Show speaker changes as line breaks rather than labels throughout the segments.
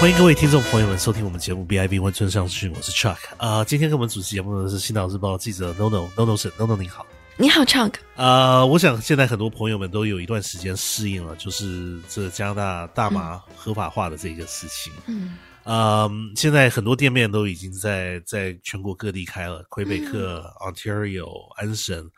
欢迎各位听众朋友们收听我们节目 BIV 温村上去，我是 Chuck 啊、今天跟我们主持节目的是《新岛日报》记者 NoNo NoNo 沈 NoNo 您好。
你好，Chunk。
啊，我想现在很多朋友们都有一段时间适应了，就是这加拿大大麻合法化的这个事情。
嗯
嗯，现在很多店面都已经在在全国各地开了，魁北克、Ontario、安省、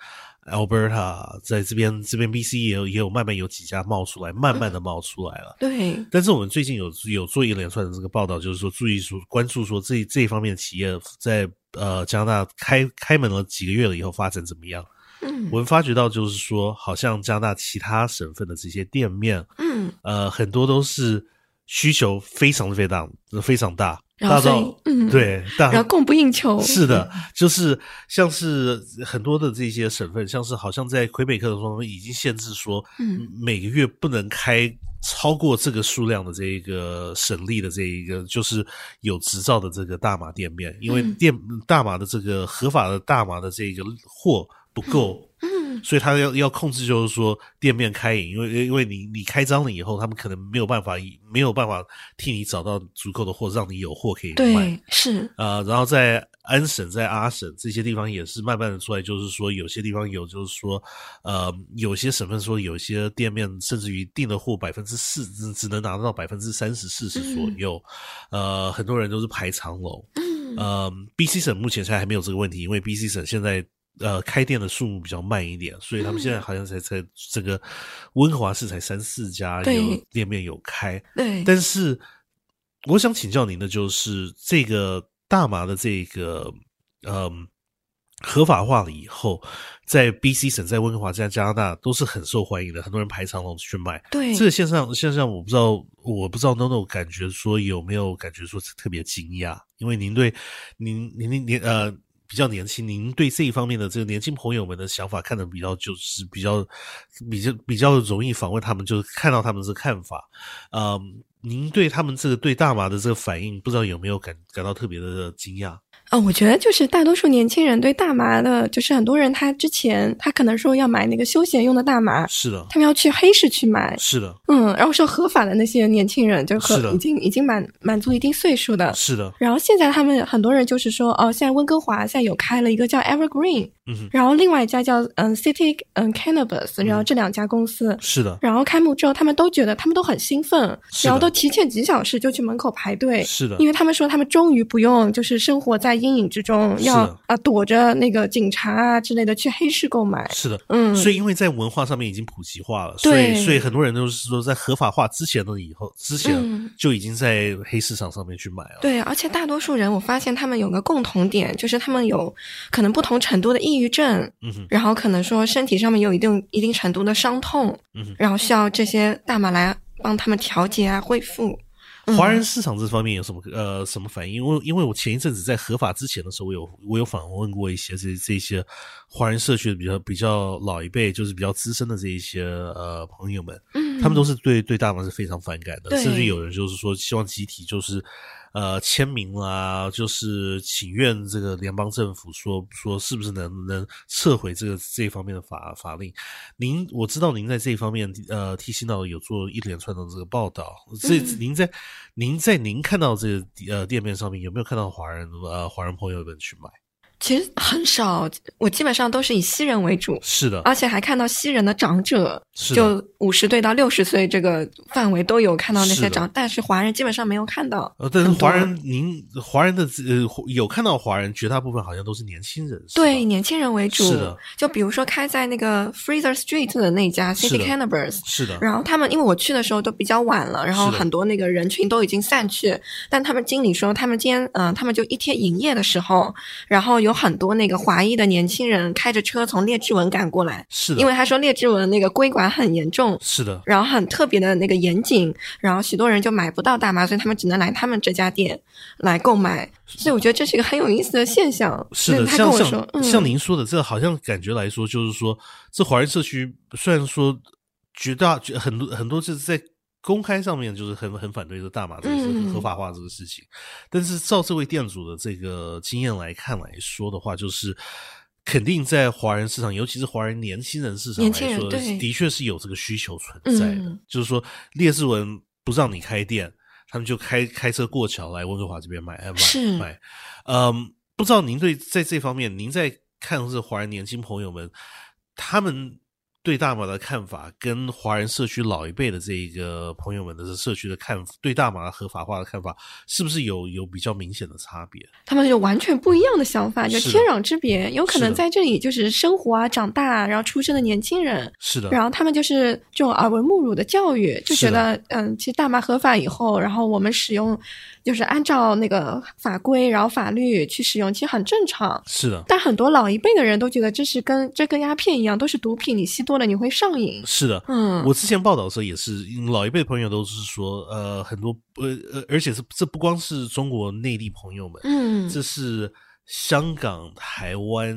Alberta，在这边这边 BC 也有也有慢慢有几家冒出来，慢慢的冒出来了，。
对，
但是我们最近有有做一连串的这个报道，就是说注意说关注说这这一方面的企业在呃加拿大开开门了几个月了以后发展怎么样？
嗯
我们发觉到就是说，好像加拿大其他省份的这些店面，
嗯，
呃，很多都是需求非常非常非常大，
然后
大
所
到
以嗯，，
对大
然后供不应求，
是的，就是像是很多的这些省份，像是好像在魁北克的方面已经限制说，
嗯
每个月不能开超过这个数量的这一个省立的这一个就是有执照的这个大麻店面，因为
嗯
店大麻的这个合法的大麻的这个货不够。
嗯
所以他要要控制，就是说店面开营，因为因为你你开张了以后，他们可能没有办法以没有办法替你找到足够的货，让你有货可以卖。
对，是，
呃，然后在安省、在阿省这些地方也是慢慢的出来，就是说有些地方有，就是说，呃，有些省份说有些店面甚至于订的货百分之四只只能拿到百分之三十、四十左右，呃，很多人都是排长龙。
嗯
呃，BC 省目前现在还没有这个问题，因为 BC 省现在呃开店的数目比较慢一点，所以他们
嗯
现在好像才才这个温哥华市才三四家有
对
店面有开，
对，
但是我想请教您的就是这个大麻的这个嗯合法化了以后，在 BC 省、在温哥华、在加拿大都是很受欢迎的，很多人排长龙去买。
对，
这个现象现象我不知道，我不知道 NONO 感觉说有没有感觉说特别惊讶，因为您对您您您您呃比较年轻，您对这一方面的这个年轻朋友们的想法看的比较就是比较比较比较容易访问他们，就是看到他们的看法，呃，您对他们这个对大麻的这个反应，不知道有没有感感到特别的惊讶？
啊，我觉得就是大多数年轻人对大麻的，就是很多人他之前他可能说要买那个休闲用的大麻，
是的，
他们要去黑市去买，
是的，
嗯，然后是合法的那些年轻人，就是
的
合已经已经满满足一定岁数的。
是的，
然后现在他们很多人就是说，哦，现在温哥华现在有开了一个叫 Evergreen，
嗯哼，
然后另外一家叫嗯 City 嗯 Cannabis，然后
嗯
这两家公司，
是的，
然后开幕之后，他们都觉得他们都很兴奋，
是的
然后都提前几小时就去门口排队，
是的
因，为他们说他们终于不用就是生活在阴影之中，
是的
要啊、躲着那个警察啊之类的去黑市购买。
是的。
嗯，
所
以
以因为在文化上面已经普及化了，所
对
以所以很多人都是说在合法化之前的以后之前
嗯
就已经在黑市场上面去买了。
对，而且大多数人我发现他们有个共同点，就是他们有可能不同程度的抑郁症，
嗯哼，
然后可能说身体上面有一定一定程度的伤痛，
嗯哼
然后需要这些大麻来帮他们调节啊恢复。嗯
华人市场这方面有什么呃什么反应？因为因为我前一阵子在合法之前的时候，我有我有访问过一些这这些华人社区比较比较老一辈，就是比较资深的这一些呃朋友们，
嗯，
他们都是对对大麻是非常反感的，
对
甚至有人就是说希望集体就是呃签名啦，就是请愿这个联邦政府说说是不是能能撤回这个这一方面的法法令。您我知道您在这一方面呃替新岛有做一连串的这个报道，这、
嗯
您在您在您看到这个呃店面上面有没有看到华人呃华人朋友们去买？
其实很少，我基本上都是以西人为主，
是的，
而且还看到西人的长者，
是的，
啊就五十岁到六十岁这个范围都有看到那
是的
些长，但是华人基本上没有看到。
呃，但是
很多
华人，您华人的呃有看到华人，绝大部分好像都是年轻人，是吧
对年轻人为主，
是的
就比如说开在那个 Fraser Street 的那家
是的
City Cannabis，
是的，
然后他们因为我去的时候都比较晚了，然后
是的
很多那个人群都已经散去，但他们经理说他们今天嗯、呃他们就一天营业的时候，然后有很多那个华裔的年轻人开着车从列治文赶过来，
是的，
因为他说列治文那个规管很严重，
是的，
然后很特别的那个严谨，然后许多人就买不到大麻，所以他们只能来他们这家店来购买。所以我觉得这是一个很有意思的现象。
是的，
那他跟
像
我说
像，
嗯，
像您说的，这好像感觉来说，就是说，这华人社区虽然说绝大绝很多很多就是在公开上面就是很很反对这大麻这个事
嗯
合法化这个事情，但是照这位店主的这个经验来看来说的话，就是。肯定在华人市场，尤其是华人年轻人市场
年轻
来
人
说，
对
的确是有这个需求存在的。
嗯
就是说，列志文不让你开店，他们就开开车过桥来温哥华这边买哎
是
买买，嗯，不知道您对在这方面，您在看是华人年轻朋友们他们对大麻的看法，跟华人社区老一辈的这一个朋友们的社区的看对大麻合法化的看法，是不是有有比较明显的差别？
他们有完全不一样的想法，就
的
是天壤之别。有可
是
能
的
在这里就是生活啊、长大啊，然后出生的年轻人，
是的，
然后他们就是这种耳闻目辱的教育，就觉
是的
得嗯，其实大麻合法以后，然后我们使用就是按照那个法规，然后法律去使用，其实很正常。
是的，
但很多老一辈的人都觉得这是跟这跟鸦片一样，都是毒品，你吸多了你会上瘾。
是的，
嗯，
我之前报道的时候也是，因为老一辈朋友都是说，呃，很多呃呃，而且是这不光是中国内地朋友们，
嗯
这是香港、台湾、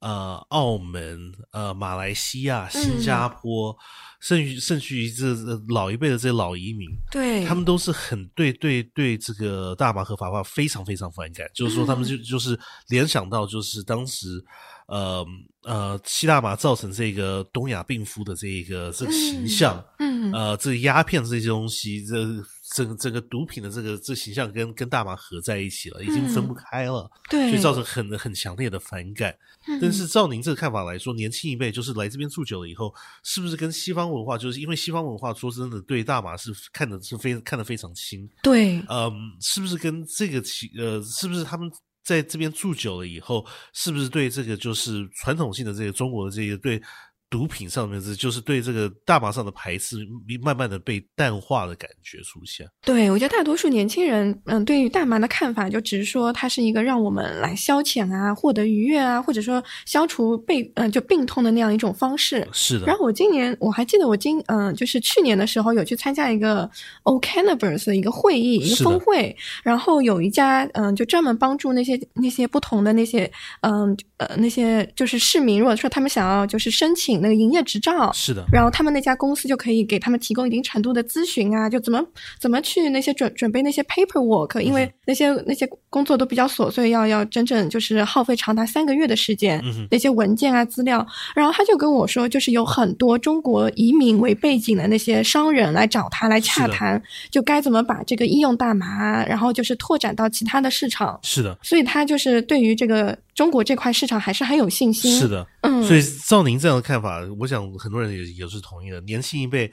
呃、澳门、呃、马来西亚、
嗯
新加坡，甚至甚至于这这老一辈的这些老移民，
对，
他们都是很对对对这个大麻合法化非常非常反感，就是说他们就
嗯
就是联想到就是当时。呃呃，吸大麻造成这个东亚病夫的这一个这个形象，
嗯
呃，这个鸦片这些东西，这整整个毒品的这个这形象跟跟大麻合在一起了，已经
嗯
分不开了，
对，
所以造成很很强烈的反感。
嗯
但是照您这个看法来说，年轻一辈就是来这边住久了以后，是不是跟西方文化，就是因为西方文化说真的对大麻是看的是非看得非常轻，
对
嗯，是不是跟这个其呃，是不是他们？在这边住久了以后，是不是对这个就是传统性的这个中国的这个对毒品上面是就是对这个大麻上的排斥，慢慢的被淡化的感觉出现？
对，我觉得大多数年轻人，嗯，对于大麻的看法，就只是说它是一个让我们来消遣啊、获得愉悦啊，或者说消除被嗯、就病痛的那样一种方式。
是的，
然后我今年我还记得我今嗯、就是去年的时候有去参加一个 O Cannabis 的一个会议，一个
是的
峰会，然后有一家嗯、就专门帮助那些那些不同的那些嗯呃那些就是市民，如果说他们想要就是申请那个营业执照，
是的，
然后他们那家公司就可以给他们提供一定程度的咨询啊，就怎么怎么去那些准准备那些 paperwork，因
嗯
为那些那些工作都比较琐碎，要要整整就是耗费长达三个月的时间，
嗯哼，
那些文件啊资料。然后他就跟我说，就是有很多中国移民为背景的那些商人来找他来洽
是的
谈，就该怎么把这个医用大麻，然后就是拓展到其他的市场。
是的，
所以他就是对于这个中国这块市场还是很有信心。
是，的。
嗯，
所以照您这样的看法，我想很多人也也是同意的。年轻一辈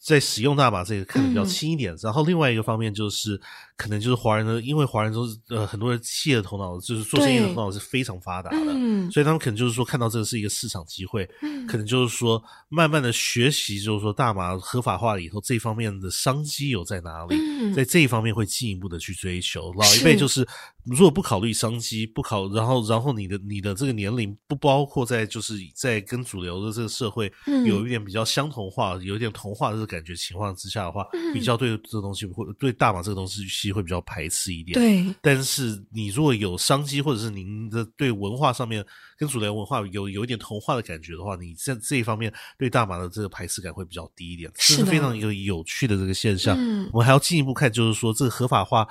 在使用大麻这个看得比较轻一点，
嗯
然后另外一个方面就是，可能就是华人的，因为华人都是呃很多人企业的头脑，就是做生意的
对
头脑是非常发达的。
嗯
所以他们可能就是说，看到这个是一个市场机会，
嗯
可能啊就是说，慢慢的学习，就是说大麻合法化了以后，这方面的商机有在哪里？
嗯
在这一方面会进一步的去追求。老一辈
是
就是如果不考虑商机，不考，然后然后你的你的这个年龄不包括在就是在跟主流的这个社会
嗯
有一点比较相同化、有一点同化的这个感觉情况之下的话，
嗯
比较对这个东西会对大麻这个东西会比较排斥一点。
对。
但是你如果有商机，或者是您的对文化上面跟主流文化有有一点同化的感觉的话，你在这一方面对大麻的这个排斥感会比较低一点，这
是
是
的
非常一个有趣的这个现象。
嗯
我们还要进一步看，就是说这个合法化，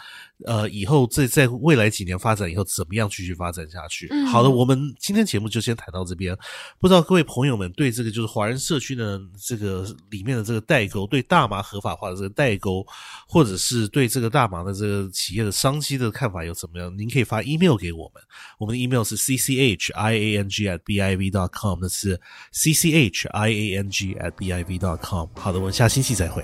呃，以后这在未来几年发展以后怎么样继续发展下去？
嗯
好的，我们今天节目就先谈到这边。不知道各位朋友们对这个就是华人社区呢这个里面的这个代沟，对大麻合法化的这个代沟，或者是对这个大麻的这个企业的商机的看法有怎么样？您可以发 email 给我们，我们的 email 是 c c h i a n g at b i v dot com，那是 c c h i a n g at b i v dot com。好的，我们下星期再会。